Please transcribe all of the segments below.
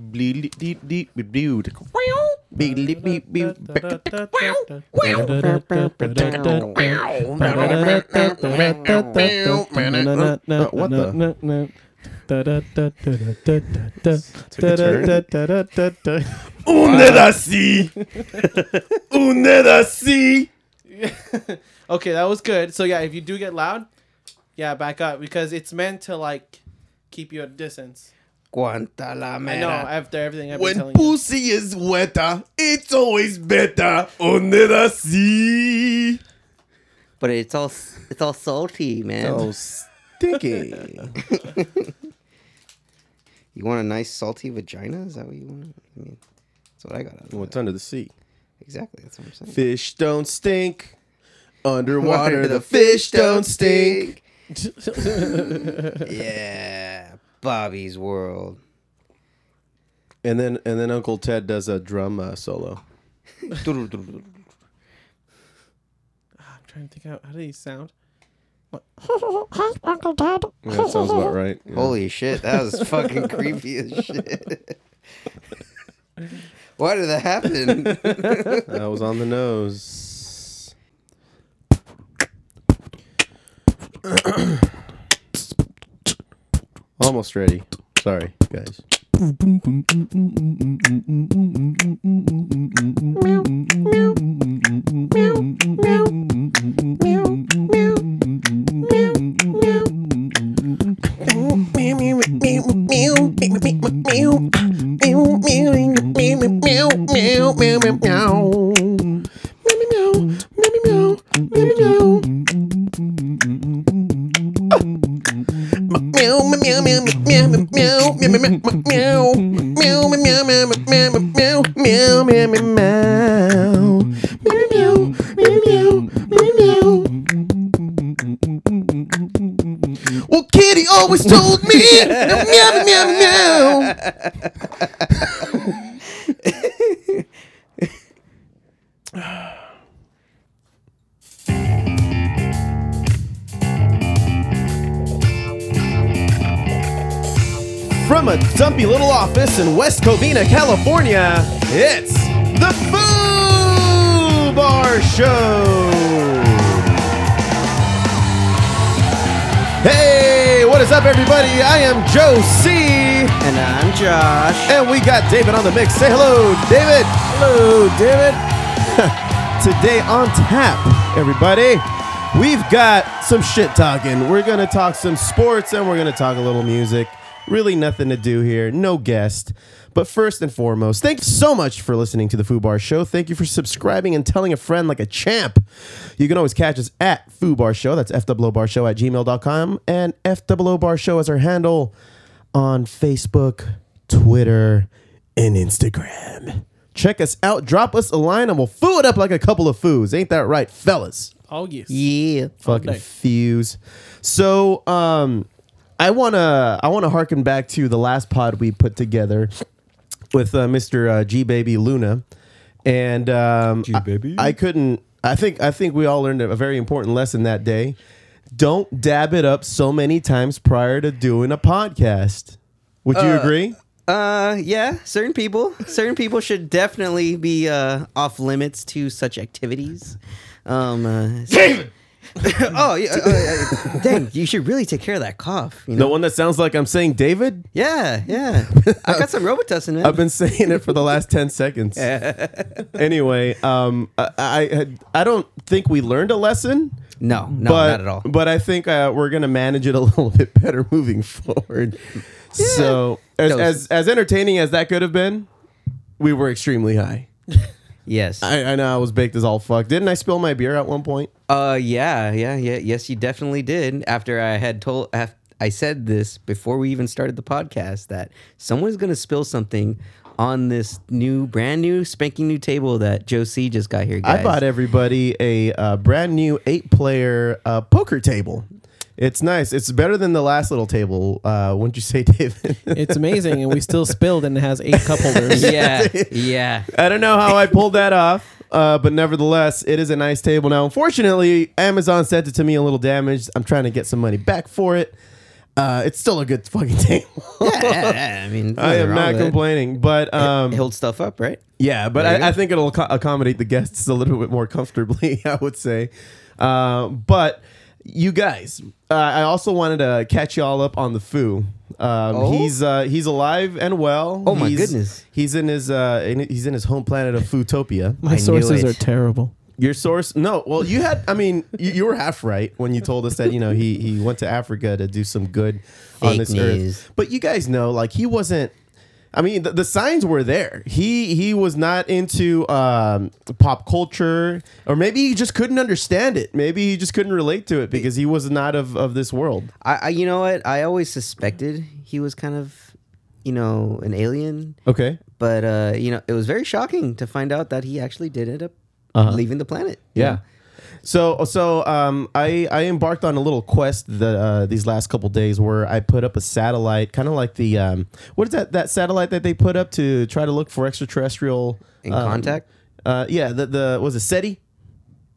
Bleep, deep, deep, bleep, bleep, bleep, bleep, bleep. What the? Okay, that was good. So yeah, if you do get loud, yeah, back up because it's meant to like keep you at a distance. Cuanta la I know mera. after everything I've been When telling you. pussy is wetter, it's always better under the sea. But it's all s- it's all salty, man. Oh, stinky. You want a nice salty vagina? Is that what you want? I mean, that's what I got. Out of What's that. under the sea? Exactly. That's what I'm saying. Fish don't stink. Underwater, the fish don't stink. yeah, Bobby's world. And then and then Uncle Ted does a drum uh, solo. Ah, I'm trying to think out how do these sound. Yeah, that sounds about right. Yeah. Holy shit, that was fucking creepy as shit. Why did that happen? That was on the nose. Almost ready. Sorry, guys. Well, Kitty always told me. meow, meow, meow, meow. From a dumpy little office in West Covina, California, it's the Boo Bar Show. Hey, what is up, everybody? I am Joe C. and I'm Josh. And we got David on the mix. Say hello, David. Hello, David. Today on tap, everybody, we've got some shit talking. We're going to talk some sports and we're going to talk a little music. Really nothing to do here, no guest. But first and foremost, thank you so much for listening to the Foo Bar Show. Thank you for subscribing and telling a friend like a champ. You can always catch us at Foo Bar Show. That's FWOBar Show at gmail.com and FWOBar Show is our handle on Facebook, Twitter, and Instagram. Check us out. Drop us a line and we'll foo it up like a couple of foos. Ain't that right, fellas? Oh yes. Yeah. Fucking Okay. fuse. So, um, I wanna I wanna harken back to the last pod we put together with uh, Mr. Uh, G Baby Luna, and um, G Baby? I, I couldn't. I think I think we all learned a very important lesson that day. Don't dab it up so many times prior to doing a podcast. Would you agree? Uh, yeah. Certain people, certain people should definitely be uh, off limits to such activities. Um, uh, oh, yeah. uh, uh, dang, you should really take care of that cough. You know? The one that sounds like I'm saying David? Yeah, yeah. I got some Robitussin, man. I've been saying it for the last 10 seconds. anyway, um, I, I, had- I don't think we learned a lesson. no, no, but, not at all. But I think uh, we're going to manage it a little bit better moving forward. So, as, Those- as, as entertaining as that could have been, we were extremely high. Yes. I, I know I was baked as all fuck. Didn't I spill my beer at one point? Uh, yeah, yeah, yeah. Yes, you definitely did. After I had told, af- I said this before we even started the podcast that someone's going to spill something on this new, brand new, spanking new table that Joe C just got here. Guys. I bought everybody a uh, brand new eight player uh, poker table. It's nice. It's better than the last little table. Uh, wouldn't you say, David? It's amazing, and we still spilled, and it has eight cup holders. Yeah, yeah. I don't know how I pulled that off, uh, but nevertheless, it is a nice table. Now, unfortunately, Amazon sent it to me a little damaged. I'm trying to get some money back for it. Uh, it's still a good fucking table. Yeah, I mean, I am not complaining, but um, Hold stuff up, right? yeah, but There you go. I, I think it'll acco- accommodate the guests a little bit more comfortably, I would say. Uh, but you guys, uh, I also wanted to catch y'all up on the foo. Um, Oh? He's uh, he's alive and well. Oh my He's- goodness. He's in his uh, in, he's in his home planet of Foodtopia. My I knew sources it. are terrible. Your source? No. Well, you had. I mean, you, you were half right when you told us that you know he he went to Africa to do some good on Fake this news. earth. But you guys know, like he wasn't. I mean, the, the signs were there. He he was not into um, pop culture, or maybe he just couldn't understand it. Maybe he just couldn't relate to it because he was not of of this world. I, I, you know what? I always suspected he was kind of, you know, an alien. Okay. But uh, you know, it was very shocking to find out that he actually did end up Uh-huh. leaving the planet. Yeah. So so um, I I embarked on a little quest the uh, these last couple days where I put up a satellite, kind of like the um, what is that that satellite that they put up to try to look for extraterrestrial In um, contact? Uh, yeah, the the was it SETI?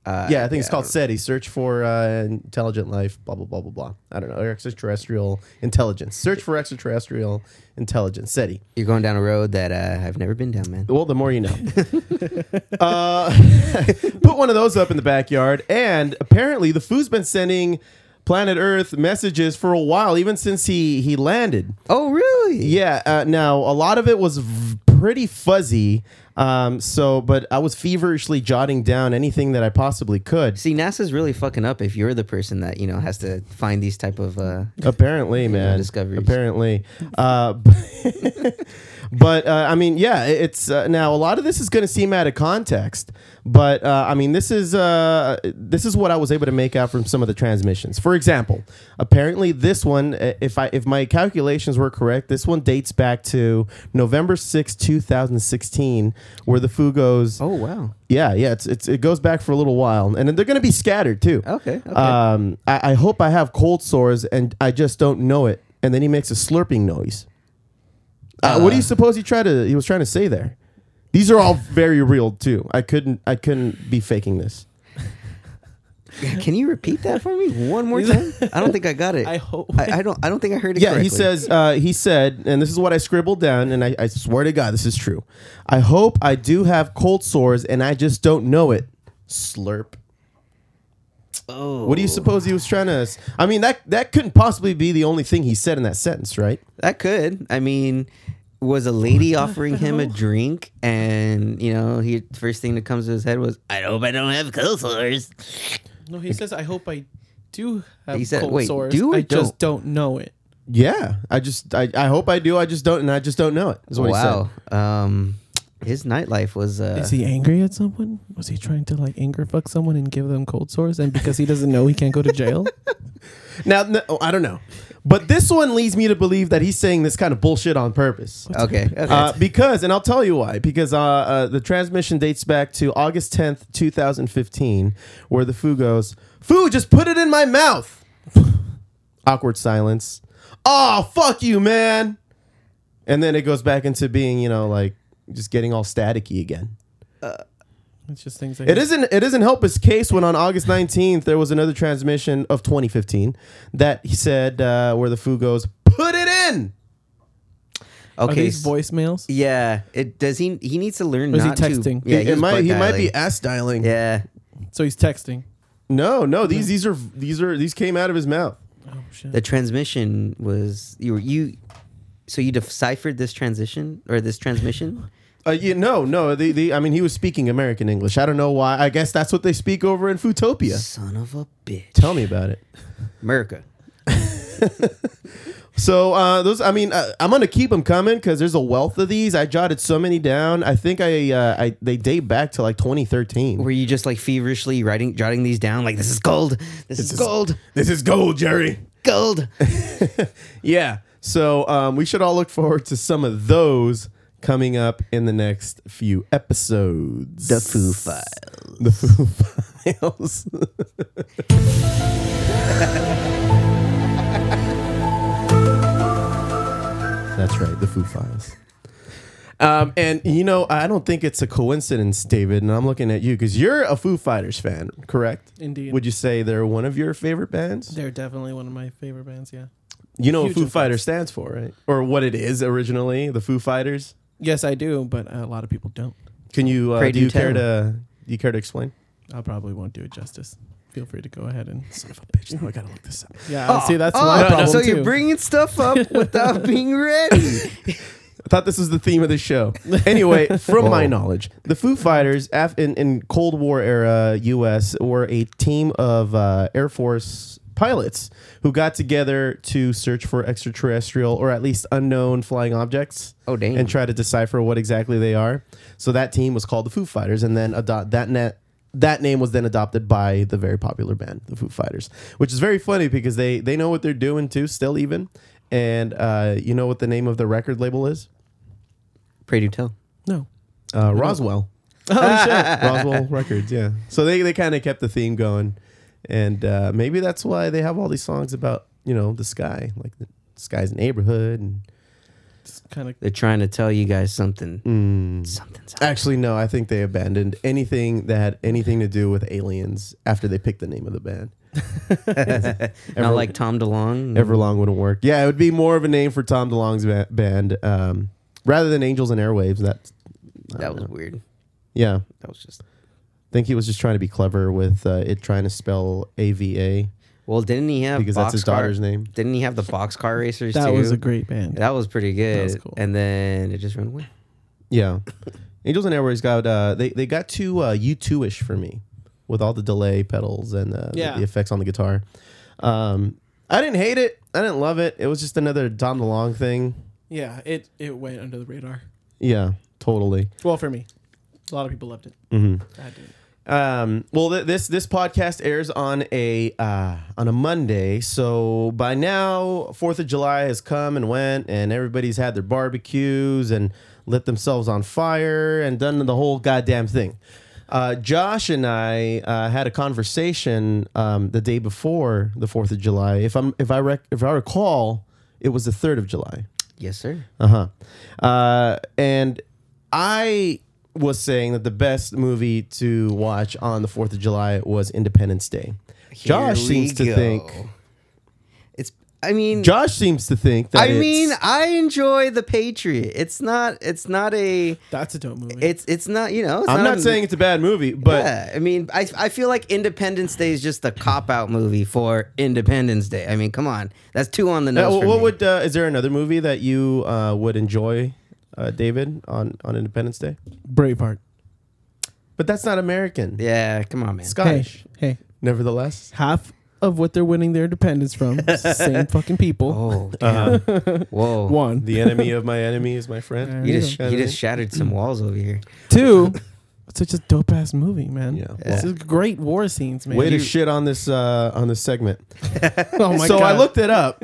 Uh, yeah, I think it's called SETI. Search for uh, intelligent life. Blah blah blah blah blah. I don't know. Or extraterrestrial intelligence. Search for extraterrestrial intelligence. SETI. You're going down a road that uh, I've never been down, man. Well, the more you know. uh, put one of those up in the backyard, and apparently the foo's been sending planet Earth messages for a while, even since he he landed. Oh, really? Yeah. Uh, now a lot of it was v- pretty fuzzy. Um, so, but I was feverishly jotting down anything that I possibly could. See, NASA's really fucking up if you're the person that you know has to find these type of. Uh, Apparently, man. discoveries. Apparently, uh, but uh, I mean, yeah, it- it's uh, now a lot of this is going to seem out of context, but uh, I mean, this is uh, this is what I was able to make out from some of the transmissions. For example, apparently, this one, uh, if I if my calculations were correct, this one dates back to November 6, two thousand sixteen, where the foo goes. oh, wow. Yeah, yeah, it's, it's it goes back for a little while, and then they're going to be scattered too. Okay, okay. Um, I, I hope I have cold sores and I just don't know it. And then he makes a slurping noise. Uh, what do you suppose he tried to? He was trying to say there. These are all very real too. I couldn't. I couldn't be faking this. Can you repeat that for me one more time? I don't think I got it. I hope. I, I don't. I don't think I heard it. Yeah, correctly. he says. Uh, he said, and this is what I scribbled down, and I, I swear to God, this is true. I hope I do have cold sores and I just don't know it. Slurp. Oh, What do you suppose he was trying to? s- I mean, that that couldn't possibly be the only thing he said in that sentence, right? That could. I mean, was a lady offering him a drink, and you know, he first thing that comes to his head was, "I hope I don't have cold sores." No, he says, I hope I do have He said, cold wait, sores. do or I just don't know it. Yeah, I just I, I hope I do. I just don't, and I just don't know it. Is what Wow. Um, his nightlife was. Uh, Is he angry at someone? Was he trying to like anger fuck someone and give them cold sores? And because he doesn't know, he can't go to jail. he said. Now no, oh, I don't know, but this one leads me to believe that he's saying this kind of bullshit on purpose. okay. okay. Uh, because, and I'll tell you why. Because uh, uh, the transmission dates back to August tenth, two thousand fifteen, where the foo goes, "Foo, just put it in my mouth." Awkward silence. Oh fuck you, man! And then it goes back into being, you know, like just getting all staticky again. It's just things. Like It isn't. It doesn't help his case when on August nineteenth there was another transmission of 2015 that he said uh, where the foo goes, put it in. Are okay. these s- voicemails? yeah. It does he? He needs to learn. Or is he not to- texting? yeah. It- it he's might- butt he might be dialing. ass dialing. Yeah. So he's texting. No, no. Mm-hmm. These these are these are these came out of his mouth. Oh shit! The transmission was you were you. So you deciphered this transition or this transmission? Uh, yeah, no, no. The, the I mean, he was speaking American English. I don't know why. I guess that's what they speak over in Futopia. Son of a bitch, Tell me about it. America. So uh, those, I mean, uh, I'm gonna keep them coming because there's a wealth of these. I jotted so many down. I think I, uh, I they date back to like 2013. Were you just like feverishly writing, jotting these down? Like this is gold. This, is, gold. This is gold, Jerry. Gold. Yeah. So um, we should all look forward to some of those coming up in the next few episodes. The Foo Files. The Foo Files. That's right, the Foo Files. Um, and you know, I don't think it's a coincidence, David. And I'm looking at you because you're a Foo Fighters fan, correct? Indeed. Would you say they're one of your favorite bands? They're definitely one of my favorite bands. Yeah. You know what Huge Foo influence. Fighters stands for, right? Or what it is originally, the Foo Fighters. Yes, I do, but a lot of people don't. Can you uh, Pray do do you care tell. to do you care to explain? I probably won't do it justice. Feel free to go ahead and. Son of a bitch! Now I gotta look this up. Yeah. see, that's Oh, my problem so too. you're bringing stuff up without being ready. I thought this was the theme of the show. Anyway, from my Oh. knowledge, the Foo Fighters af- in, in Cold War era U.S. were a team of uh, Air Force pilots who got together to search for extraterrestrial or at least unknown flying objects. Oh, damn. And try to decipher what exactly they are. So that team was called the Foo Fighters, and then adopt that net. That name was then adopted by the very popular band, the Foo Fighters, which is very funny because they they know what they're doing too, still even. And uh, you know what the name of the record label is? Pray do tell. no. Uh, Roswell. Oh, Roswell Records, yeah. So they, they kind of kept the theme going. And uh, maybe that's why they have all these songs about, you know, the sky, like the sky's neighborhood. And It's kind of. They're trying to tell you guys something. Hmm. Something's up. actually, no, I think they abandoned anything that had anything to do with aliens after they picked the name of the band. Not like Tom DeLong. Everlong wouldn't work. Yeah, it would be more of a name for Tom DeLonge's ba- band um, rather than Angels and Airwaves. That, that was weird. yeah, That was just. think he was just trying to be clever with uh, it trying to spell AVA Well, didn't he have because that's his boxcar- daughter's name. Didn't he have the boxcar racers That too? was a great band. That was pretty good. was cool. And then it just ran away. Yeah. Angels and Airways got uh they, they got too uh U two ish for me with all the delay pedals and uh, the- Yeah. the effects on the guitar. Um I didn't hate it. I didn't love it. It was just another Dom DeLong thing. Yeah. It it went under the radar. Yeah, totally. Well, for me, a lot of people loved it. I didn't. Um, well, th- this this podcast airs on a uh, on a Monday, so by now Fourth of July has come and went, and everybody's had their barbecues and lit themselves on fire and done the whole goddamn thing. Uh, Josh and I uh, had a conversation um, the day before the Fourth of July. If I'm if I rec- if I recall, it was the third of July. Yes, sir. Uh-huh. Uh And I was saying that the best movie to watch on the Fourth of July was Independence Day. Josh Here seems we to think. go. It's. I mean. Josh seems to think that. I mean, it's- I enjoy the Patriot. It's not. It's not a. That's a dope movie. It's. It's not. You know. It's I'm a- not saying it's a bad movie, but um, yeah, I mean, I, I feel like Independence Day is just a cop out movie for Independence Day. I mean, come on, that's two on the Uh, nose. for what me. would uh, is there another movie that you uh, would enjoy, uh, David, on on Independence Day? Braveheart. But that's not American. Yeah, come on, man. Hey, Scottish, hey, nevertheless. half of what they're winning their independence from, same fucking people. Oh, Uh-huh. damn. whoa. One, The enemy of my enemy is my friend. Yeah. You just Yeah. you just shattered some walls over here. two. It's such a dope ass movie, man. Yeah. This is great war scenes, man. Way to shit on this uh, on this segment. oh my so god! I looked it up.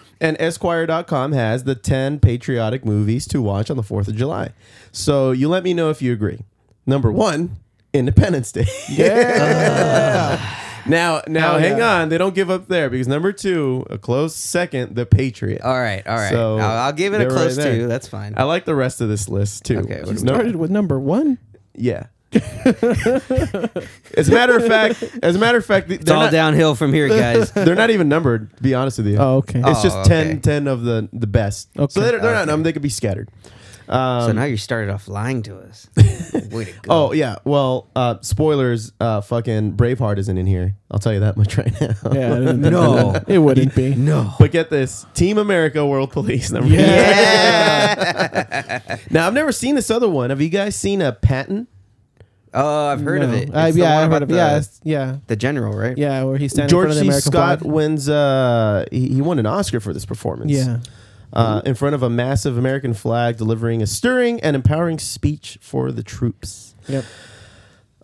and Esquire.com has the 10 patriotic movies to watch on the 4th of July. So you let me know if you agree. Number one, Independence Day. Yeah. now, now, Hell hang yeah. on. They don't give up there because number two, a close second, The Patriot. All right, all right. So, I'll, I'll give it a they're right close there. two. That's fine. I like the rest of this list too. Okay, what do we No- started with number one. yeah. as a matter of fact, as a matter of fact, it's they're all not, downhill from here, guys. they're not even numbered. To be honest with you, Oh, okay. It's Oh, just okay. 10, 10 of the the best. Okay. So they're, they're not Okay. numbered. They could be scattered. so Um, now you started off lying to us. Way to go. oh yeah. Well, uh, spoilers. Uh, fucking Braveheart isn't in here. I'll tell you that much right now. yeah, I didn't think No. that- it wouldn't be. no. But get this, Team America World Police number. Yeah. Now I've never seen this other one. Have you guys seen uh, a patent? Oh, I've heard of No. it. I- It's the yeah, one I about heard of it. the- Yeah, it's- yeah, The general, right? yeah. Where he's standing in George front of C. the American Scott flag. wins. Uh, he, he won an Oscar for this performance. Yeah, Uh, in front of a massive American flag, delivering a stirring and empowering speech for the troops. yep.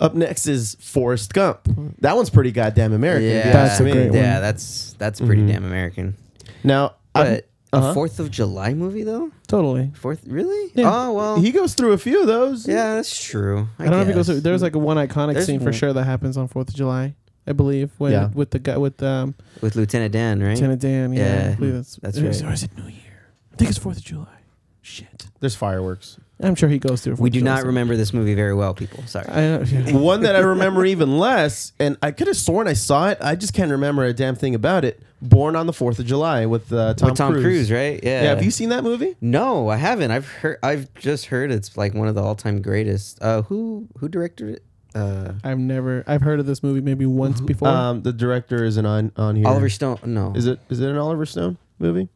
Up next is Forrest Gump. That one's pretty goddamn American. if you ask Yeah, That's a me. great one. yeah, that's that's pretty damn American. Now, I'm- But uh-huh. a Fourth of July movie though? Totally. Fourth, really? Yeah. Oh well, he goes through a few of those. yeah, that's true. I, I don't know if it guess. goes. Through, there's like a one iconic There's scene for one. sure that happens on Fourth of July, I believe. When Yeah. with the guy with um with Lieutenant Dan, right? Lieutenant Dan. Yeah, I Yeah, believe that's that's it is- right. Or is it New Year? I think it's Fourth of July. Shit, There's fireworks. I'm sure he goes through. We do 4th of not July. remember this movie very well, people. Sorry. I know. yeah. One that I remember even less, and I could have sworn I saw it. I just can't remember a damn thing about it. Born on the Fourth of July with uh, Tom, with Tom Cruise. right? Yeah. Yeah. have you seen that movie? No, I haven't. I've heard. I've just heard it's like one of the all-time greatest. Uh, who who directed it? Uh, I've never. I've heard of this movie maybe Uh-huh. once before. Um, the director isn't on on here. Oliver Stone. No, Is it is it an Oliver Stone movie?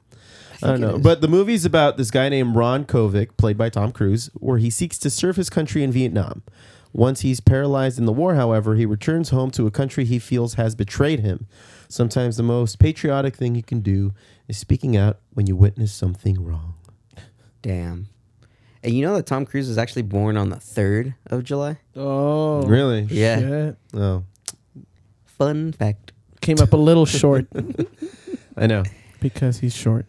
I, don't it know. is. But the movie's about this guy named Ron Kovic, played by Tom Cruise, where he seeks to serve his country in Vietnam. Once he's paralyzed in the war, however, he returns home to a country he feels has betrayed him. Sometimes the most patriotic thing you can do is speaking out when you witness something wrong. Damn. And you know that Tom Cruise was actually born on the third of July. oh, Really? Yeah. shit. Oh, Fun fact. Came up a little short I know. because he's short.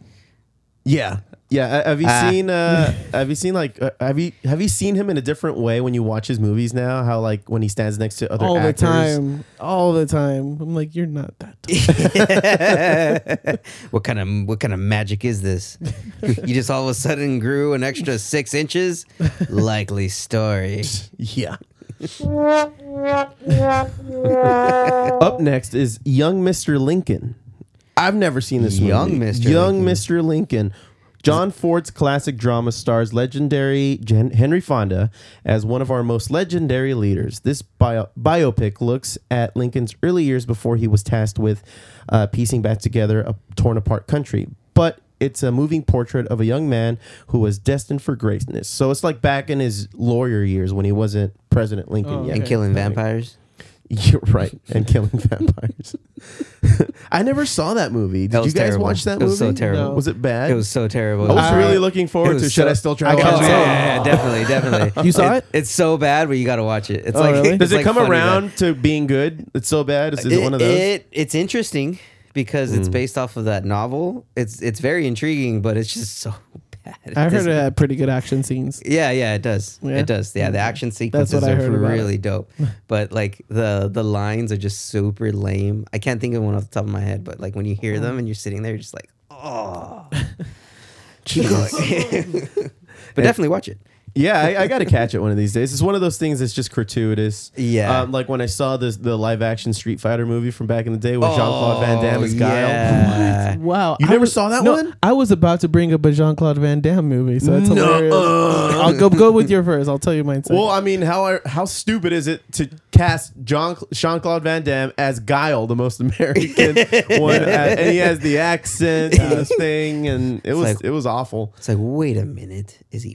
Yeah. Yeah, uh, have you Ah. seen? Uh, have you seen like? Uh, have you have you seen him in a different way when you watch his movies now? How like when he stands next to other all actors? the time, all the time. I'm like, you're not that. Tall. what kind of what kind of magic is this? you just all of a sudden grew an extra six inches. Likely story. Yeah. Up next is Young Mr. Lincoln. I've never seen this Young movie. Mr. Young Lincoln. Mr. Lincoln. John Ford's classic drama stars legendary Jen- Henry Fonda as one of our most legendary leaders. This bio- biopic looks at Lincoln's early years before he was tasked with uh, piecing back together a torn apart country. But it's a moving portrait of a young man who was destined for greatness. So it's like back in his lawyer years when he wasn't President Lincoln Oh, yet. And Okay, killing perfect. vampires. You're right, and killing vampires. I never saw that movie. Did That you was guys terrible. watch that It movie? was so terrible. No. Was it bad? It was so terrible. I was Uh, really looking it forward was to. so- Should I still Oh, try I to gotta watch watch it? it. Yeah, yeah, definitely, definitely. You saw it? It's so bad, but you got to watch it. It's Oh, like really? it's Does it like come funny around bad. to being good? It's so bad. Is, is it, one of those? Hmm. It, it's interesting because it's based off of that novel. It's it's very intriguing, but it's just so bad. It I've heard doesn't- it had pretty good action scenes. Yeah, yeah, it does. Yeah? Mm-hmm. It does. Yeah, the action sequences I are heard about really dope. But like the the lines are just super lame. I can't think of one off the top of my head, but like when you hear Uh-huh. them and you're sitting there, you're just like, oh. Keep going. but definitely watch it. Yeah, I, I got to catch it one of these days. It's one of those things that's just gratuitous. Yeah. Um, like when I saw this the live action Street Fighter movie from back in the day with Jean Oh, Claude Van Damme as Guile. Oh, Yeah. Wow, You I never was- saw that no, one? I was about to bring up a Jean Claude Van Damme movie, so that's hilarious. Uh, I'll go go with your first. I'll tell you mine. Second. Well, I mean, how are, how stupid is it to cast John Sean Claude Van Damme as Guile, the most American one, uh, and he has the accent and this thing, and it was like- it was awful. It's like, wait a minute. Is he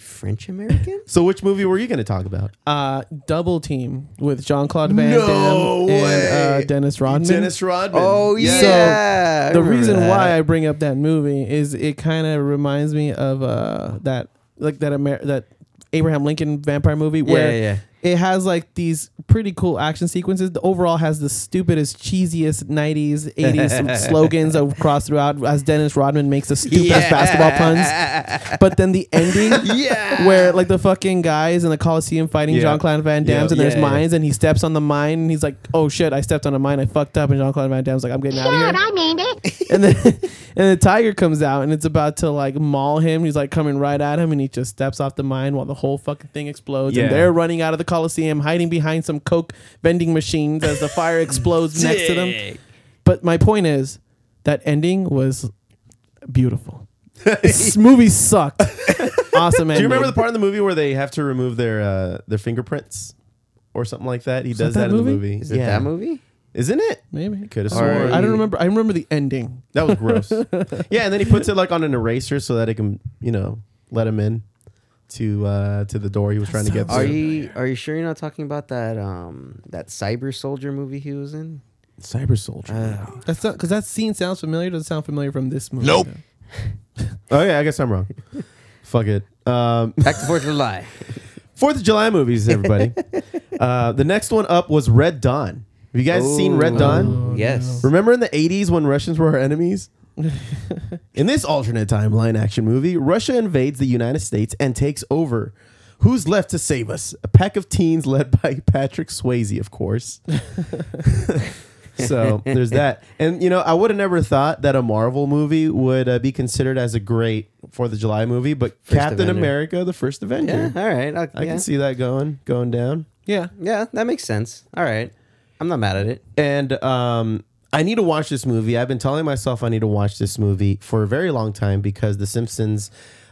French American? So, which movie were you going to talk about? uh, double team with Jean Claude Van No Damme and way. uh, Dennis Rodman. Dennis Rodman. Oh, yeah. Oh, I the remember reason that. why I bring up that movie is it kind of reminds me of uh that like that Amer- that Abraham Lincoln vampire movie where yeah, it has like these pretty cool action sequences. The overall has the stupidest, cheesiest '90s, '80s slogans across throughout as Dennis Rodman makes the stupidest Yeah. basketball puns. But then the ending, Yeah. where like the fucking guys in the Coliseum fighting Yeah. Jean Claude Van Damme's Yeah. and there's Yeah, yeah. mines, and he steps on the mine, and he's like, "Oh shit, I stepped on a mine, I fucked up," and Jean Claude Van Damme's like, "I'm getting out of here." God, I mean it. and then and the tiger comes out and it's about to like maul him. He's like coming right at him and he just steps off the mine while the whole fucking thing explodes. Yeah. And they're running out of the coliseum, hiding behind some coke vending machines as the fire explodes next to them. But my point is that ending was beautiful. this movie sucked. awesome ending. Do you remember the part in the movie where they have to remove their uh, their fingerprints or something like that? He does that, that in movie? the movie. Is it that movie? Isn't it? Maybe. Could have Or- sworn. I don't remember. I remember the ending. That was gross. yeah, and then he puts it like on an eraser so that it can, you know, let him in to uh to the door he was trying to get Are to. you are you sure you're not talking about that um that cyber soldier movie he was in? Cyber soldier. Uh. That's not because that scene sounds familiar. Doesn't sound familiar from this movie. Nope. oh yeah, I guess I'm wrong. Fuck it. Um Back to Fourth of July. Fourth of July movies, everybody. Uh, the next one up was Red Dawn. Have you guys seen Red Dawn? Yes. Remember in the 80s when Russians were our enemies? in this alternate timeline action movie, Russia invades the United States and takes over. Who's left to save us? A pack of teens led by Patrick Swayze, of course. so there's that. And, you know, I would have never thought that a Marvel movie would uh, be considered as a great Fourth of July movie, but Captain Avenger. America, the first Avenger. Yeah. All right. I'll- I yeah. can see that going, going down. Yeah. Yeah, that makes sense. All right. I'm not mad at it. And um, I need to watch this movie. I've been telling myself I need to watch this movie for a very long time because The Simpsons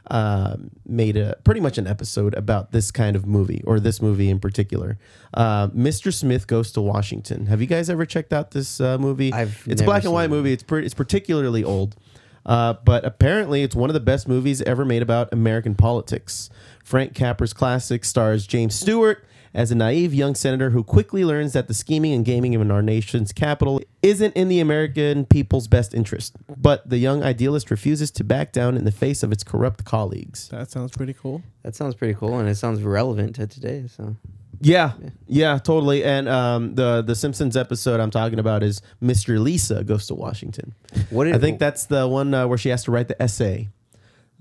um made a pretty much an episode about this kind of movie or this movie in particular. Uh, Mr. Smith Goes to Washington. Have you guys ever checked out this uh, movie? I've it's a never black and seen white it. movie. It's pretty. It's particularly old. Uh, but apparently, it's one of the best movies ever made about American politics. Frank Capra's classic stars James Stewart as a naive young senator who quickly learns that the scheming and gaming in our nation's capital isn't in the American people's best interest. But the young idealist refuses to back down in the face of its corrupt colleagues. That sounds pretty cool. That sounds pretty cool, and it sounds relevant to today. So Yeah, yeah, totally. And um, the the Simpsons episode I'm talking about is Mr. Lisa Goes to Washington. what? Did, I think that's the one uh, where she has to write the essay.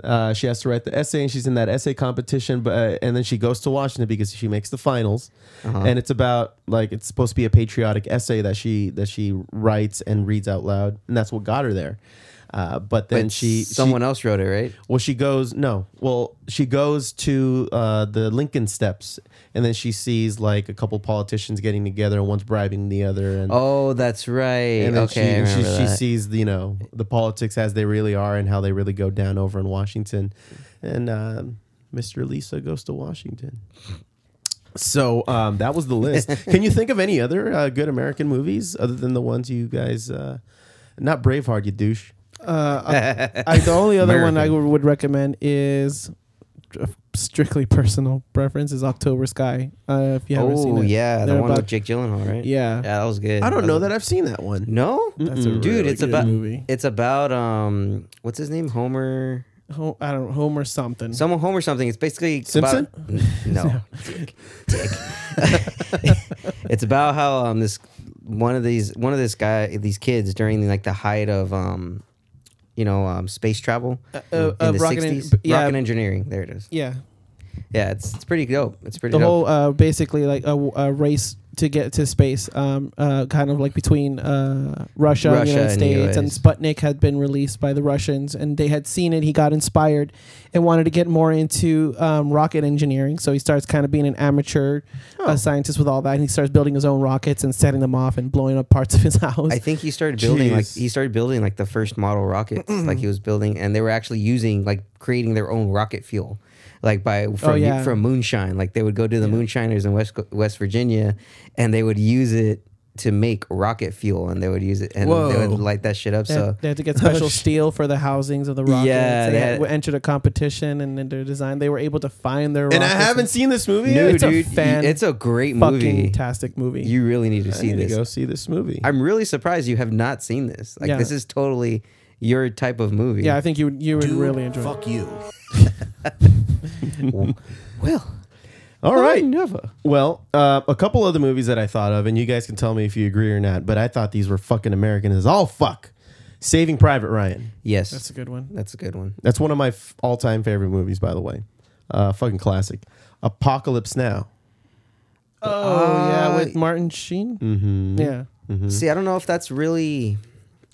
Uh, she has to write the essay, and she's in that essay competition. But uh, and then she goes to Washington because she makes the finals, and it's about like it's supposed to be a patriotic essay that she that she writes and reads out loud, and that's what got her there. Uh, but then but she someone else wrote it, right? well, she goes no. Well, she goes to uh, the Lincoln steps, and then she sees like a couple politicians getting together, and one's bribing the other, and Oh, that's right. and then okay, I she, she, remember she that. sees you know the politics as they really are and how they really go down over in Washington, and um, Mr. Lisa goes to Washington. So um, that was the list. Can you think of any other uh, good American movies other than the ones you guys? Uh, not Braveheart, you douche. Uh, I, I- the only other one I would recommend is uh, strictly personal preference is October Sky. Uh, if you haven't seen Oh it, yeah, the They're one about- with Jake Gyllenhaal, right? Yeah. yeah, that was good. I don't was know a- that I've seen that one. No, That's a dude, really it's good about movie. it's about um, what's his name, Homer, Ho- I don't know, Homer something. someone Homer something. It's basically Simpson? About, no, dick, dick. it's about how um this one of these one of this guy these kids during like the height of um, you know um space travel uh, in the of rocket en- sixties, b- yeah. rocket engineering. There it is. yeah, Yeah, it's it's pretty dope. It's pretty the dope. whole uh, basically like a, a race to get to space, um, uh, kind of like between uh, Russia, and Russia the United and the States, and US. Sputnik had been released by the Russians, and they had seen it. He got inspired and wanted to get more into um, rocket engineering, so he starts kind of being an amateur Oh. uh, scientist with all that, and he starts building his own rockets and setting them off and blowing up parts of his house. I think he started building like Jeez. he started building like the first model rockets like he was building and they were actually using like creating their own rocket fuel like by from yeah. from moonshine like they would go to the moonshiners in West West Virginia and they would use it to make rocket fuel and they would use it and they Whoa. would light that shit up They had, so they had to get special steel for the housings of the rockets. Yeah, they, they had, had- entered a competition and in their design, they were able to find their. And I rockets haven't seen this movie. no yet. it's a dude fan- it's a great fucking movie fantastic movie. you really need to I see need to this go see this movie. I'm really surprised you have not seen this like Yeah. this is totally your type of movie yeah, I think you would you would really enjoy. it. Fuck you. well All right. never Well, uh, a couple other movies that I thought of, and you guys can tell me if you agree or not, but I thought these were fucking American as all fuck. Saving Private Ryan. yes That's a good one. that's a good one That's one of my f- all time favorite movies, by the way. Uh, fucking classic. Apocalypse Now. Oh yeah, with Martin Sheen. Mm-hmm. Yeah, See, I don't know if that's really.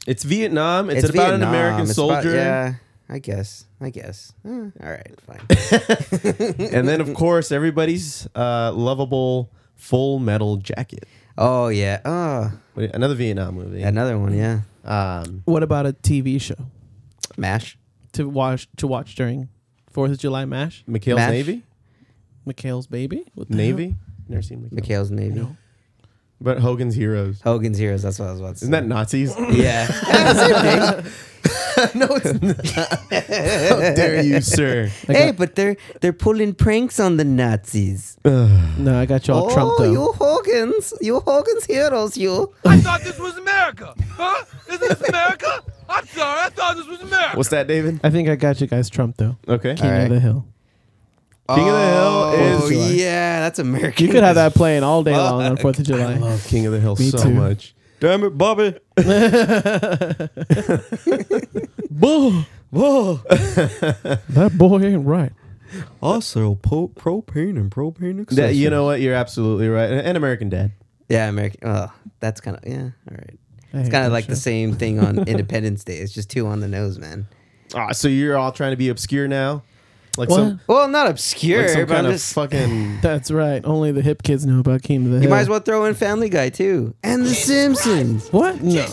It's Vietnam. It's, It's, about an Vietnam. American It's about- soldier. yeah, I guess. I guess. Eh, all right, fine. and then, of course, everybody's uh, lovable Full Metal Jacket. oh yeah. Oh, Wait, Another Vietnam movie. another one. Yeah. Um, What about a TV show Mash. to watch to watch during Fourth of July Mash? McHale's Mash? Navy? McHale's Baby. What the hell? Navy? Never seen McHale. McHale's Navy. But Hogan's Heroes. Hogan's Heroes. That's what I was about to say. Isn't that Nazis? yeah. no, it's not. How dare you, sir? hey, but they're they're pulling pranks on the Nazis. No, I got you all trumped oh, up. you Hogan's, you Hogan's heroes, you. I thought this was America. Huh? Isn't this America? I'm sorry. I thought this was America. What's that, David? I think I got you guys trumped though. Okay. King of the Hill. King of the Hill is Oh Fourth of July. yeah, that's American. You could have that playing all day long on Fourth of July. love King of the Hill Me so too. much. Damn it, Bobby. Bull, that boy ain't right. Also, po- propane and propane. That, you know what? You're absolutely right. And and American Dad. Yeah, American. Oh, that's kind of yeah. All right. Hey, It's kind I'm of like sure. the same thing on Independence Day. It's just two on the nose, man. Ah, so you're all trying to be obscure now, like What? some, Well, not obscure, like some but kind I'm of just. fucking. That's right. Only the hip kids know about King of the Hill. you might as well throw in Family Guy too, and The Simpsons. What? No.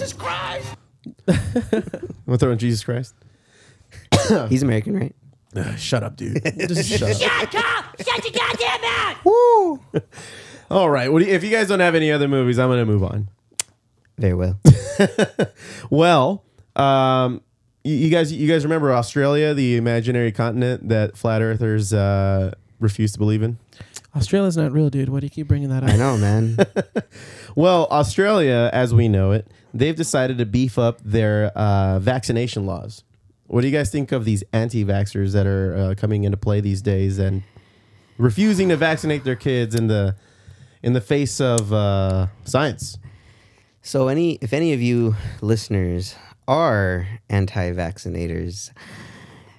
I'm throwing Jesus Christ. He's American, right? shut up, dude. Shut up! Shut your goddamn mouth! all right. What do you, if you guys don't have any other movies, I'm gonna move on. Very well. Well, um, you, you guys, you guys remember Australia, the imaginary continent that flat earthers uh, refuse to believe in? Australia's not real, dude. Why do you keep bringing that up? I know, man. Well, Australia, as we know it, they've decided to beef up their uh, vaccination laws. What do you guys think of these anti-vaxxers that are uh, coming into play these days and refusing to vaccinate their kids in the in the face of uh, science? So, any if any of you listeners are anti-vaccinators,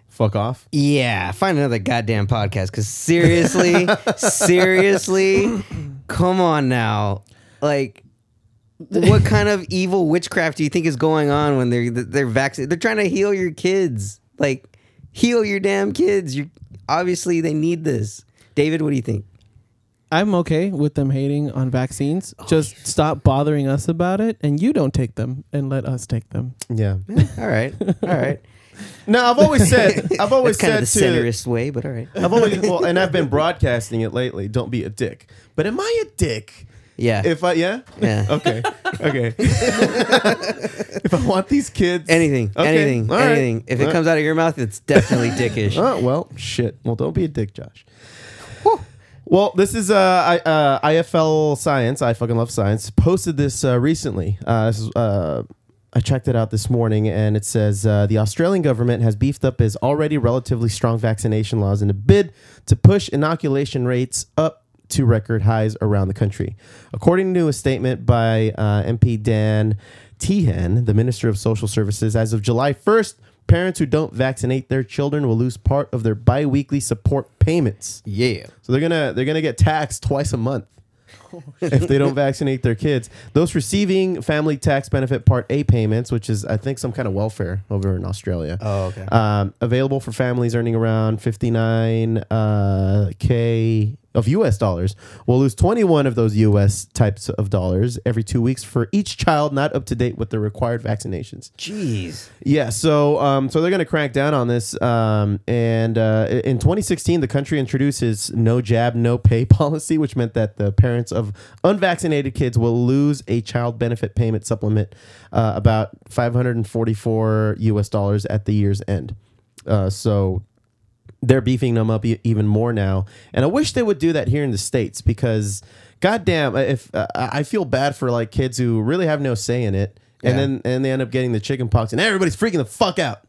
Fuck off. yeah, find another goddamn podcast. Because seriously, seriously, come on now, like. what kind of evil witchcraft do you think is going on when they're they're vaccinated? They're trying to heal your kids. Like, heal your damn kids. You obviously they need this. David, what do you think? I'm okay with them hating on vaccines. Oh, Just stop bothering us about it, and you don't take them, and let us take them. Yeah. All right, all right. No, I've always said I've always That's kind of said the to centerist way, but all right. I've always well, and I've been broadcasting it lately. Don't be a dick. But am I a dick? Yeah. If I yeah? Yeah. Okay. Okay. if I want these kids Anything, Okay. anything, All right. anything. If All it right. comes out of your mouth, it's definitely dickish. Oh well, shit. Well, don't be a dick, Josh. Well, this is uh, I, uh, IFL Science. I fucking love science. Posted this uh, recently. Uh, this is, uh, I checked it out this morning, and it says uh, the Australian government has beefed up its already relatively strong vaccination laws in a bid to push inoculation rates up to record highs around the country. According to a statement by uh, MP Dan Tehan, the Minister of Social Services, as of July 1st, parents who don't vaccinate their children will lose part of their biweekly support payments. Yeah. So they're gonna they're gonna get taxed twice a month Oh, if they don't vaccinate their kids. Those receiving family tax benefit Part A payments, which is I think some kind of welfare over in Australia. Oh, okay. Um, available for families earning around fifty nine uh, k of U.S. dollars, will lose twenty one of those U.S. types of dollars every two weeks for each child not up to date with the required vaccinations. Jeez. Yeah, so um, so they're going to crack down on this. Um, and uh, in 2016, the country introduced its no jab, no pay policy, which meant that the parents of unvaccinated kids will lose a child benefit payment supplement, uh, about 544 U.S. dollars at the year's end. Uh, so they're beefing them up e- even more now. And I wish they would do that here in the states because, goddamn, if uh, I I feel bad for like kids who really have no say in it, and then and they end up getting the chicken pox, and everybody's freaking the fuck out.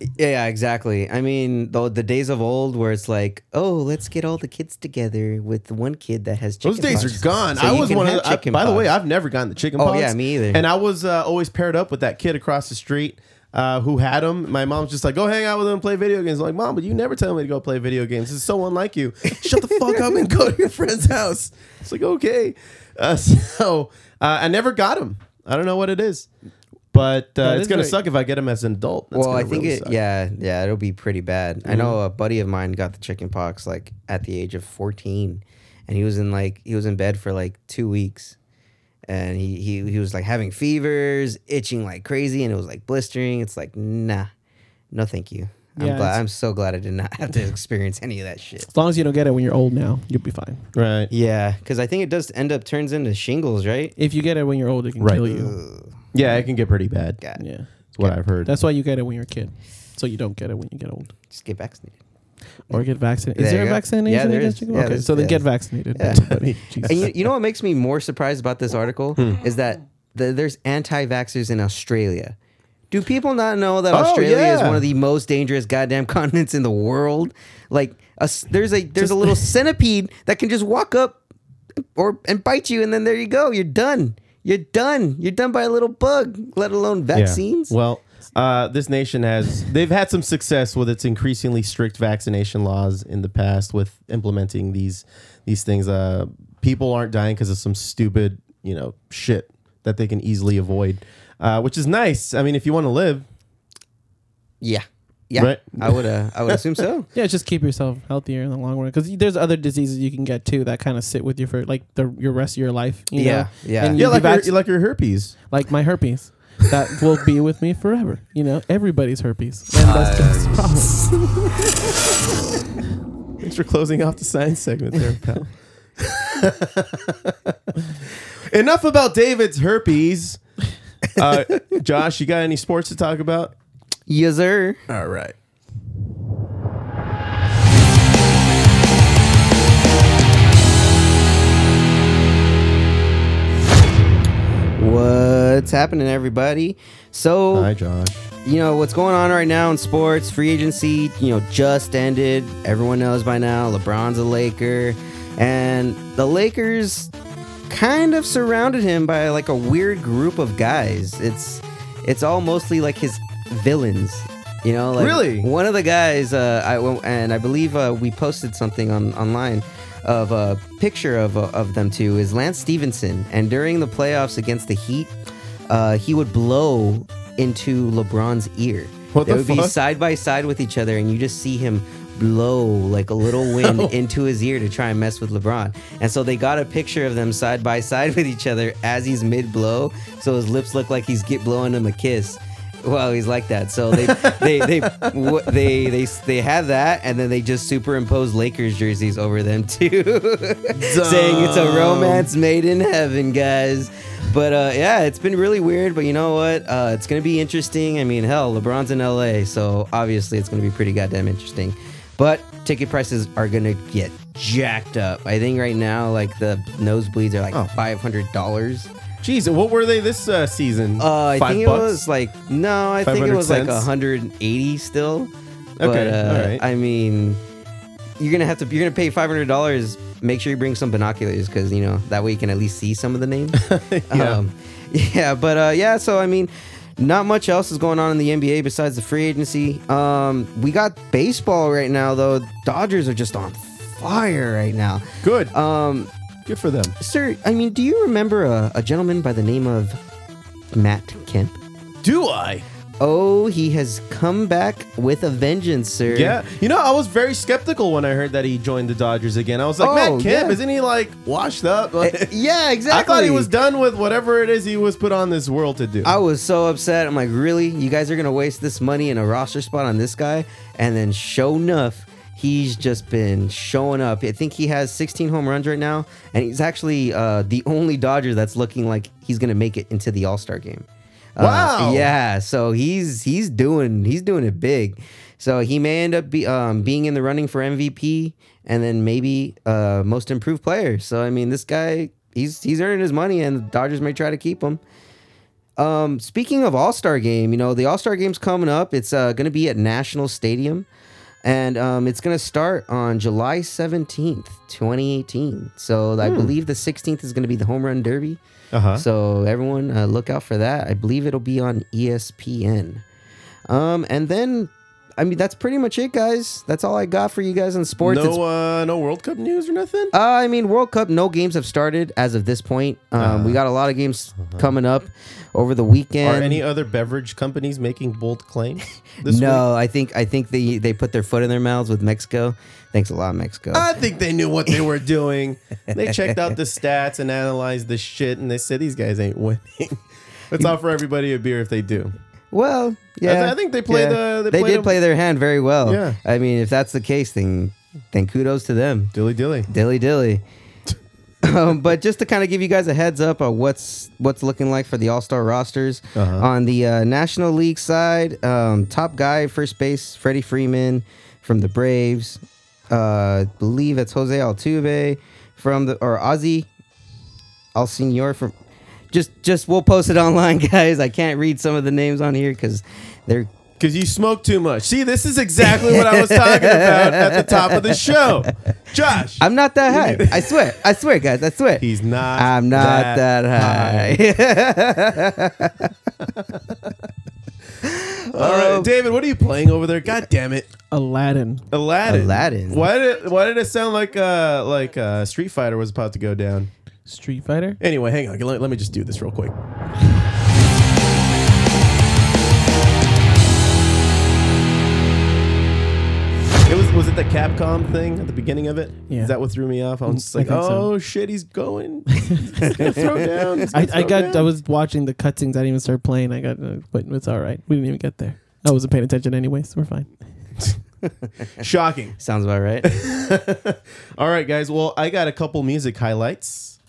Yeah, yeah, exactly. I mean, the, the days of old where it's like, oh, let's get all the kids together with the one kid that has chicken Those days pox. are gone. So I you was can one of have the, I- chicken by the way, pox. I've never gotten the chicken Oh, pox. yeah, me either. And I was uh, always paired up with that kid across the street. Uh, who had him? My mom's just like, go hang out with him and play video games. I'm like, mom, but you never tell me to go play video games. This is so unlike you. Shut the fuck up and go to your friend's house. It's like, okay. Uh, so uh, I never got him. I don't know what it is, but uh, That it's is gonna very- suck if I get him as an adult. That's well, gonna I Mm-hmm. think really it, suck. yeah, yeah, it'll be pretty bad. I know a buddy of mine got the chicken pox like at the age of 14 and he was in like, he was in bed for like two weeks and he, he, he was like having fevers, itching like crazy and it was like blistering. It's like, nah, no, thank you. I'm Yeah, glad. it's- I'm so glad I did not have to experience any of that shit. As long as you don't get it when you're old now, you'll be fine. right. Yeah, because I think it does end up turns into shingles, right? If you get it when you're old, it can Right. kill you. Yeah, it can get pretty bad. God, Yeah. That's what I've heard. That's why you get it when you're a kid. So you don't get it when you get old. just get vaccinated. Or get vaccinated. Is There there a you go. vaccination Yeah, there against is. chicken? Yeah, okay, there's- so then yeah. get vaccinated. Yeah. everybody. Jesus. And you, you know what makes me Hmm. more surprised about this article is that the, there's anti-vaxxers in Australia. Do people not know that Oh, Australia is yeah. one of the most dangerous goddamn continents in the world? Like, a s there's a there's a little centipede that can just walk up or and bite you, and then there you go. You're done. You're done. You're done by a little bug, let alone vaccines. Well, uh, this nation has they've had some success with its increasingly strict vaccination laws in the past with implementing these these things. Uh, people aren't dying because of some stupid you know shit that they can easily avoid, uh, which is nice. I mean, if you want to live, Yeah. Yeah. Right. I would uh, I would assume so. Yeah, just keep yourself healthier in the long run because there's other diseases you can get too that kind of sit with you for like the your rest of your life. you Yeah, know? yeah. And you Yeah, yeah, like vac- your, like your herpes. like my herpes that will be with me forever. You know, everybody's herpes. Ah, And that's just a problem. Thanks for closing off the science segment there, pal. Enough about David's herpes. Uh, Josh, you got any sports to talk about? yes, sir. All right. What's happening, everybody? So Hi, Josh. you know what's going on right now in sports free agency you know just ended everyone knows by now lebron's a laker and the lakers kind of surrounded him by like a weird group of guys it's it's all mostly like his villains you know like Really? one of the guys uh i won't- and i believe uh, we posted something on online of a picture of, uh, of them two is lance stevenson and during the playoffs against the heat uh, he would blow into LeBron's ear. What they the would be fuck? side by side with each other, and you just see him blow like a little wind into his ear to try and mess with LeBron. And so they got a picture of them side by side with each other as he's mid blow, so his lips look like he's get blowing him a kiss. Well, he's like that. So they they they w- they they they had that, and then they just superimposed Lakers jerseys over them too. saying it's a romance made in heaven, guys. But uh, yeah, it's been really weird. But you know what? Uh, it's gonna be interesting. I mean, hell, LeBron's in LA, so obviously it's gonna be pretty goddamn interesting. But ticket prices are gonna get jacked up. I think right now, like the nosebleeds are like five hundred dollars. Jeez, and what were they this uh, season? Uh, I Five think bucks? it was like no, I think it 500 was like cents? 180 still. but, Okay, uh, alright. I mean, you're gonna have to you're gonna pay 500 dollars. Make sure you bring some binoculars because you know that way you can at least see some of the names. Yeah. Um, yeah, but uh, yeah, so I mean, not much else is going on in the NBA besides the free agency. Um, we got baseball right now though. Dodgers are just on fire right now. good. Um, good for them. sir, I mean, do you remember a, a gentleman by the name of Matt Kemp? Do I? Oh, he has come back with a vengeance, sir. Yeah. You know, I was very skeptical when I heard that he joined the Dodgers again. I was like, Oh, Matt Kemp, yeah. isn't he like washed up? Uh, Like, yeah, exactly. I thought he was done with whatever it is he was put on this world to do. I was so upset. I'm like, really? You guys are gonna waste this money in a roster spot on this guy? And then, show enough, he's just been showing up. I think he has 16 home runs right now, and he's actually uh, the only Dodger that's looking like he's gonna make it into the All Star game. Uh, Wow. yeah. So he's he's doing he's doing it big. So he may end up be, um, being in the running for MVP and then maybe uh, most improved player. So I mean, this guy he's he's earning his money, and the Dodgers may try to keep him. Um, speaking of All Star Game, you know the All Star Game's coming up. It's uh, going to be at National Stadium, and um, it's going to start on July seventeenth, twenty eighteen. So I believe the sixteenth is going to be the Home Run Derby. Uh-huh. So everyone, uh, look out for that. I believe it'll be on E ESPN. Um, and then, I mean, that's pretty much it, guys. That's all I got for you guys in sports. It's no, uh, no World Cup news or nothing. uh, I mean, World Cup, no games have started as of this point. Um, we got a lot of games coming up over the Uh-huh. Are weekend. any other beverage companies making bold claims? This week? no, I think I think they they put their foot in their mouths with Mexico. Thanks a lot, Mexico. I think they knew what they were doing. they checked out the stats and analyzed the shit, and they said these guys ain't winning. Let's offer everybody a beer if they do. well, yeah, I think they played the- they They, played did them- play their hand very well. Yeah. I mean, if that's the case, then then kudos to them. Dilly dilly. Dilly dilly. um, but just to kind of give you guys a heads up on what's what's looking like for the All Star rosters on the uh, National League side, um, top guy first base Freddie Freeman from the Braves. Uh, believe it's Jose Altuve from the or Ozzy Alcindor from. just just we'll post it online, guys. I can't read some of the names on here because they're Because you smoke too much. See, this is exactly what I was talking about at the top of the show. Josh. I'm not that high. I swear. I swear, guys. I swear. He's not. I'm not that, high. All right, David. What are you playing over there? God damn it, Aladdin. Aladdin. Aladdin. Why did Why did it sound like uh like uh Street Fighter was about to go down? Street Fighter? Anyway, hang on. Let, let me just do this real quick. It was was it the Capcom thing at the beginning of it? Yeah. Is that what threw me off? I was just I like, think so. oh shit, he's going. He's gonna throw down. He's I, gonna I throw got. I down. was watching the cutscenes. I didn't even start playing. I got. uh, But it's all right. We didn't even get there. I wasn't paying attention anyway, so we're fine. shocking. Sounds about right. All right, guys. Well, I got a couple music highlights.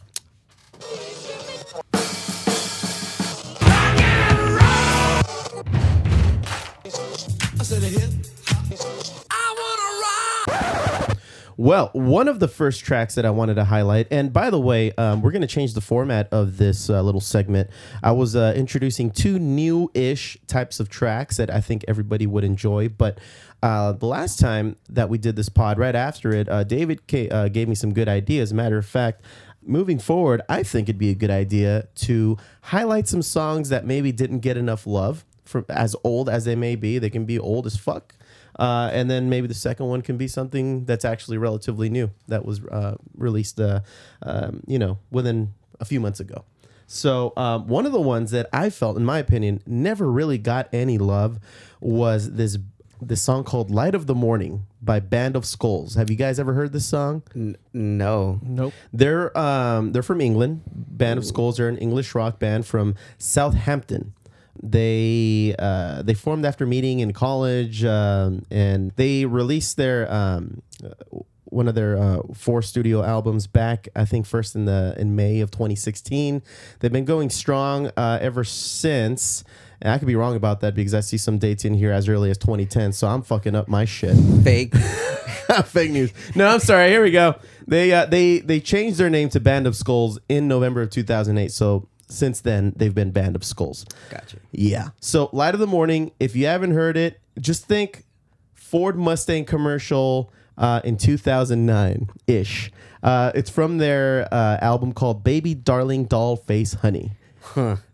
Well, one of the first tracks that I wanted to highlight, and by the way, um, we're going to change the format of this uh, little segment. I was uh, introducing two new ish types of tracks that I think everybody would enjoy. But uh, the last time that we did this pod, right after it, uh, David ca- uh, gave me some good ideas. Matter of fact, moving forward, I think it'd be a good idea to highlight some songs that maybe didn't get enough love. From as old as they may be, they can be old as fuck. Uh, and then maybe the second one can be something that's actually relatively new that was uh, released, uh, um, you know, within a few months ago. So um, one of the ones that I felt, in my opinion, never really got any love was this this song called "Light of the Morning" by Band of Skulls. Have you guys ever heard this song? no. Nope. They're um, they're from England. Band of Skulls are an English rock band from Southampton. They uh, they formed after meeting in college, um, and they released their um, uh, one of their uh, four studio albums back. I think first in the in May of 2016. They've been going strong uh, ever since. And I could be wrong about that because I see some dates in here as early as 2010. So I'm fucking up my shit. Fake. Fake news. No, I'm sorry. Here we go. They uh, they they changed their name to Band of Skulls in November of 2008. So since then, they've been Band of Skulls. Gotcha. Yeah. So Light of the Morning. If you haven't heard it, just think Ford Mustang commercial uh, in 2009 ish. Uh, it's from their uh, album called Baby Darling Doll Face Honey.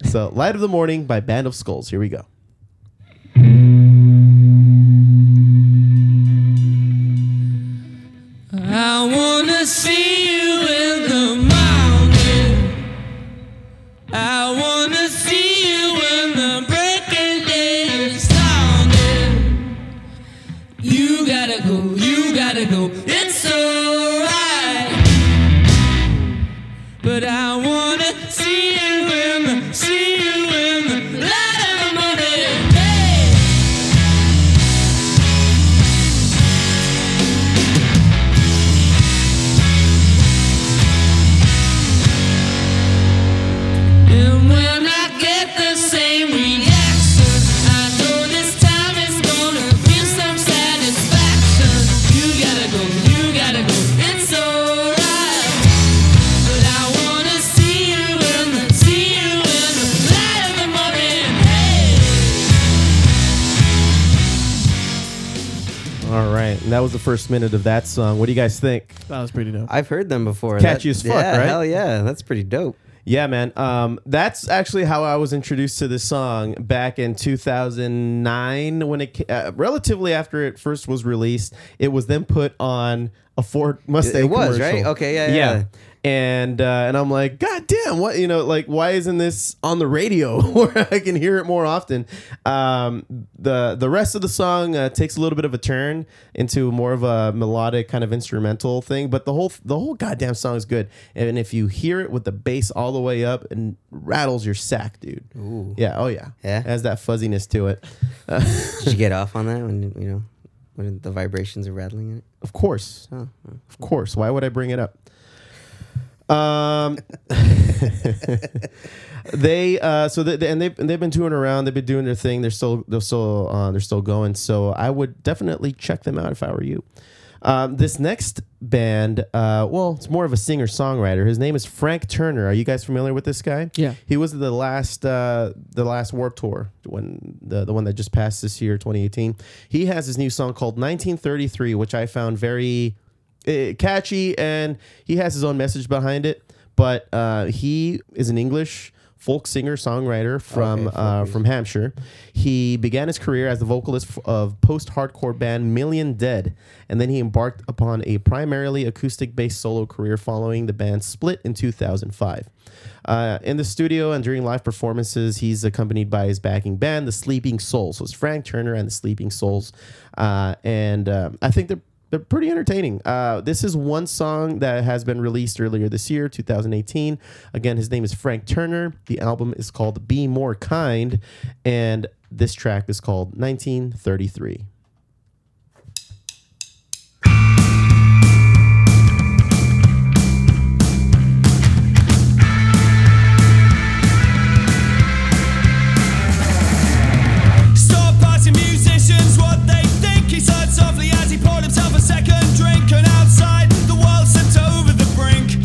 So Light of the Morning by Band of Skulls. Here we go. I wanna see you in the morning. I wanna see you when the breaking day is dawning. You gotta go, you gotta go. It's alright, but I wanna see you in the, see you in the light of the morning. Hey. And when I get the same reaction, I know this time is gonna feel some satisfaction. You gotta go, you gotta go, it's alright. But I wanna see you in the see you in the light of the morning. Hey. All right. And that was the first minute of that song. What do you guys think? That was pretty dope. I've heard them before. Catchy as fuck, yeah, right? Hell yeah. That's pretty dope. Yeah, man. Um, that's actually how I was introduced to this song back in 2009 when it ca- uh, relatively after it first was released. It was then put on a Ford Mustang. It was, commercial. right? Okay, yeah, yeah, yeah. And uh, and I'm like, God damn, what you know, like, why isn't this on the radio where I can hear it more often? Um, the the rest of the song uh, takes a little bit of a turn into more of a melodic kind of instrumental thing, but the whole the whole goddamn song is good. And if you hear it with the bass all the way up, and rattles your sack, dude. Yeah, oh yeah, Yeah? It has that fuzziness to it. Did you get off on that when you know when the vibrations are rattling in it? Of course. Of course. Why would I bring it up? Um, they uh, so they, and they and they've been touring around. They've been doing their thing. They're still they're still uh, they're still going. So I would definitely check them out if I were you. Um, this next band, uh, well, it's more of a singer songwriter. His name is Frank Turner. Are you guys familiar with this guy? Yeah. He was the last uh, the last Warp Tour when the the one that just passed this year, 2018. He has his new song called 1933, which I found very eh, catchy, and he has his own message behind it. But uh, he is an English folk singer songwriter from uh, from Hampshire. He began his career as the vocalist f- of post hardcore band Million Dead, and then he embarked upon a primarily acoustic based solo career following the band's split in 2005. Uh, in the studio and during live performances, he's accompanied by his backing band, the Sleeping Souls. So it's Frank Turner and the Sleeping Souls, uh, and um I think they're they're pretty entertaining. Uh, this is one song that has been released earlier this year, 2018. Again, his name is Frank Turner. The album is called Be More Kind, and this track is called 1933. Stop asking musicians what they think. He sighed softly as he poured himself a second drink, and outside the world slipped over the brink.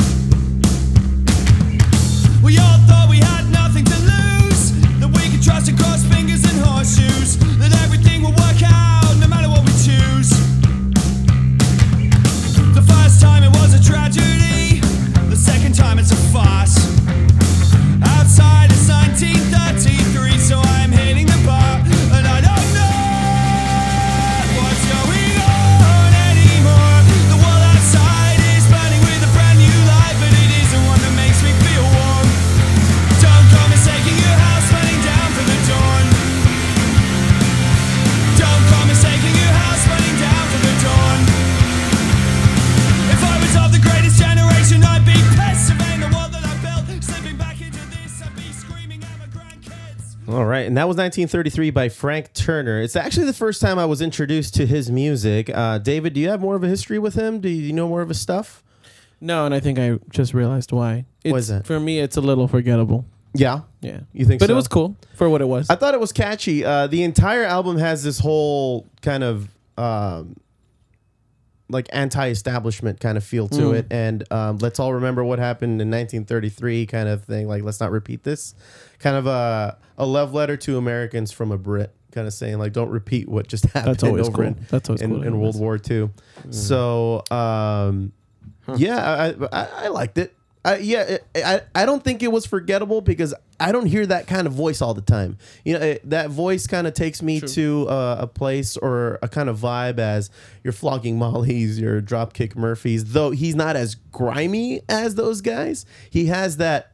We all thought we had nothing to lose, that we could trust and cross fingers and horseshoes, that everything would work out no matter what we choose. The first time it was a tragedy, the second time it's a farce. Outside is 1933, so I'm hitting the bar, and I don't know what's going on anymore. The world outside is burning with a brand new light, but it is the one that makes me feel warm. Don't come mistaking your house burning down for the dawn. Don't come mistaking your house burning down for the dawn. If I was of the greatest generation, I'd be pissed if ain't the world that I built. Slipping back into this, I'd be screaming at my grandkids. All right, and that was 1933 by Frank Turner. It's actually the first time I was introduced to his music. Uh, David, do you have more of a history with him? Do you know more of his stuff? No, and I think I just realized why. It's, is that? For me, it's a little forgettable. Yeah. Yeah. You think But so? it was cool for what it was. I thought it was catchy. Uh, the entire album has this whole kind of um, like anti-establishment kind of feel to it, and um, let's all remember what happened in 1933 kind of thing. Like, let's not repeat this. Kind of a a love letter to Americans from a Brit, kind of saying like, don't repeat what just happened always over cool. in, That's always in, cool to in hear World this. War II. So. Um, yeah, I, I, I liked it. I, yeah, it, I, I don't think it was forgettable because I don't hear that kind of voice all the time. You know, it, that voice kind of takes me to uh, a place or a kind of vibe as you're flogging Molly's, your dropkick Murphys. Though he's not as grimy as those guys, he has that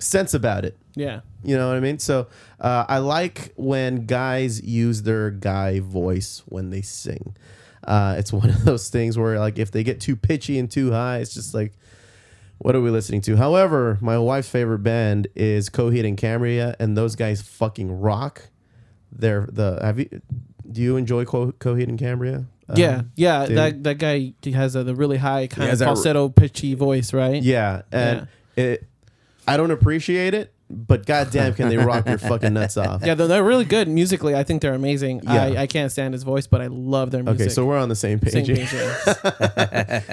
sense about it. yeah. You know what I mean? So uh, I like when guys use their guy voice when they sing. Uh, it's one of those things where like if they get too pitchy and too high, it's just like, what are we listening to? However, my wife's favorite band is Coheed and Cambria, and those guys fucking rock. They're the have you? Do you enjoy Co- Coheed and Cambria? Um, Yeah, yeah, David? that that guy he has a, the really high kind has of that r- falsetto, pitchy voice, right? Yeah, and it. I don't appreciate it, but goddamn, can they rock your fucking nuts off? yeah, they're, they're really good musically. I think they're amazing. Yeah. I, I can't stand his voice, but I love their music. Okay, so we're on the same page. Same here. page, yeah.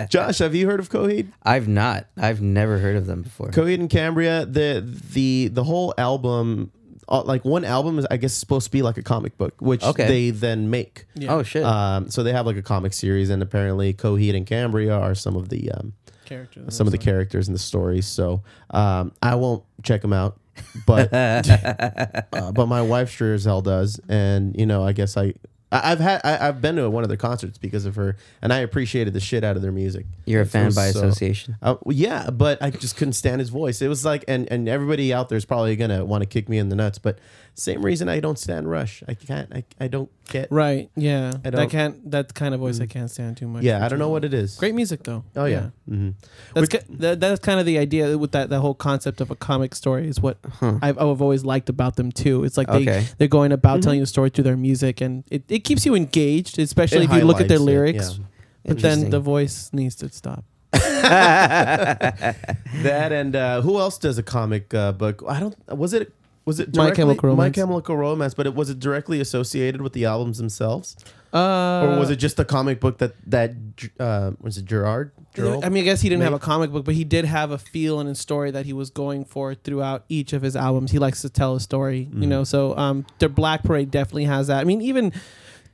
Josh, have you heard of Coheed? I've not. I've never heard of them before. Coheed and Cambria, the the the whole album, uh, like one album is I guess supposed to be like a comic book, which Okay. they then make. Oh shit. Um, so they have like a comic series, and apparently Coheed and Cambria are some of the um, Characters. some of the characters in the stories. So um, I won't check them out, but uh, but my wife sure as hell does, and you know I guess I. I- I've had I, I've been to one of their concerts because of her, and I appreciated the shit out of their music. You're a It fan was by so- association. Uh, well, yeah, but I just couldn't stand his voice. It was like, and and everybody out there is probably gonna want to kick me in the nuts, but same reason I don't stand Rush. I can't. I, I don't get. Right. Yeah. I That don't- Mm. can't. That kind of voice I can't stand too much. Yeah, I don't know what it is. Great music though. Oh yeah. hmm That's ki- that, that's kind of the idea with that the whole concept of a comic story is what I've, I've always liked about them too. It's like they Okay. they're going about Mm-hmm. telling a story through their music and it, it keeps you engaged, especially if you look at their highlights lyrics. it, yeah. But then Interesting. the voice needs to stop. That and uh, who else does a comic uh, book? I don't. Was it was it My directly, Chemical My Romance. Chemical Romance? But it was it directly associated with the albums themselves, Uh, or was it just the comic book that that uh, was it Gerard? Gerald? I mean, I guess he didn't have a Maybe. comic book, but he did have a feel and a story that he was going for throughout each of his albums. He likes to tell a story, you Mm. know. So, um, the Black Parade definitely has that. I mean, even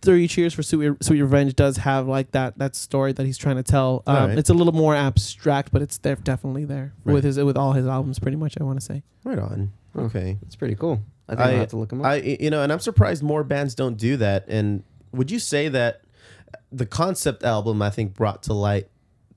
Three Cheers for Sweet, Sweet Revenge does have like that that story that he's trying to tell. Um, Alright. It's a little more abstract, but it's there, definitely there Right. with his with all his albums, pretty much. I want to say. right on. hmm. Okay, It's pretty cool. I think I, will have to look him up. I, you know, and I'm surprised more bands don't do that. And would you say that the concept album I think brought to light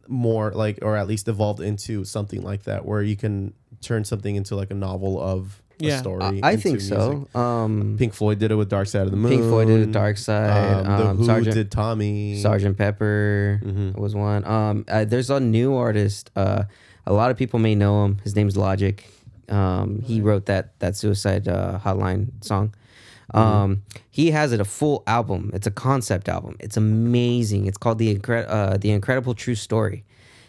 more like, or at least evolved into something like that, where you can turn something into like a novel of Yeah. a story. I, I into think music. so. Um, Pink Floyd did it with Dark Side of the Moon. Pink Floyd did a Dark Side. Um, the um, Who Sergeant, did Tommy. Sergeant Pepper was one. Um, uh, there's a new artist. Uh, a lot of people may know him. His name's Logic. Um, he wrote that that Suicide uh, Hotline song. Um, he has it a full album. It's a concept album. It's amazing. It's called the Incre- uh, the Incredible True Story,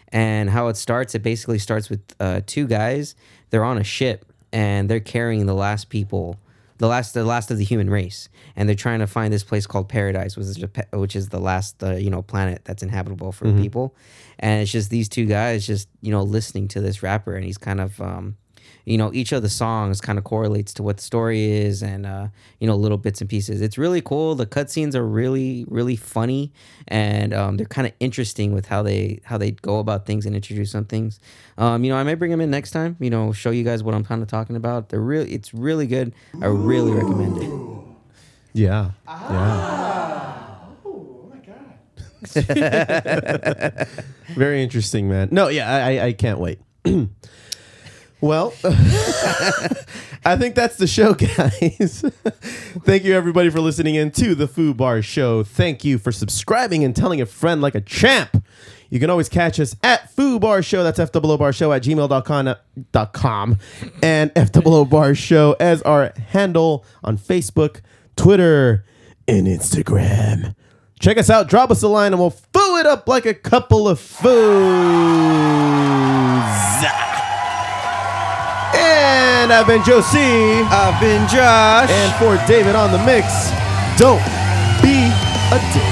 and how it starts. It basically starts with uh, two guys. They're on a ship and they're carrying the last people the last the last of the human race and they're trying to find this place called paradise which is the, pa- which is the last uh, you know planet that's inhabitable for people and it's just these two guys just you know listening to this rapper and he's kind of um you know each of the songs kind of correlates to what the story is and uh you know little bits and pieces it's really cool the cutscenes are really really funny and um, they're kind of interesting with how they how they go about things and introduce some things um you know i may bring them in next time you know show you guys what i'm kind of talking about they're really it's really good i really recommend it Yeah. Yeah. Very interesting, man. No, yeah, I, I- I can't wait. well, I think that's the show, guys. Thank you, everybody, for listening in to the Foo Bar Show. Thank you for subscribing and telling a friend like a champ. You can always catch us at Foo Bar Show. That's F double O Bar Show at gmail.com dot com, and F double O Bar Show as our handle on Facebook, Twitter, and Instagram. Check us out, drop us a line, and we'll foo it up like a couple of foos. And I've been Joe C. I've been Josh. And for David on the mix, don't be a dick.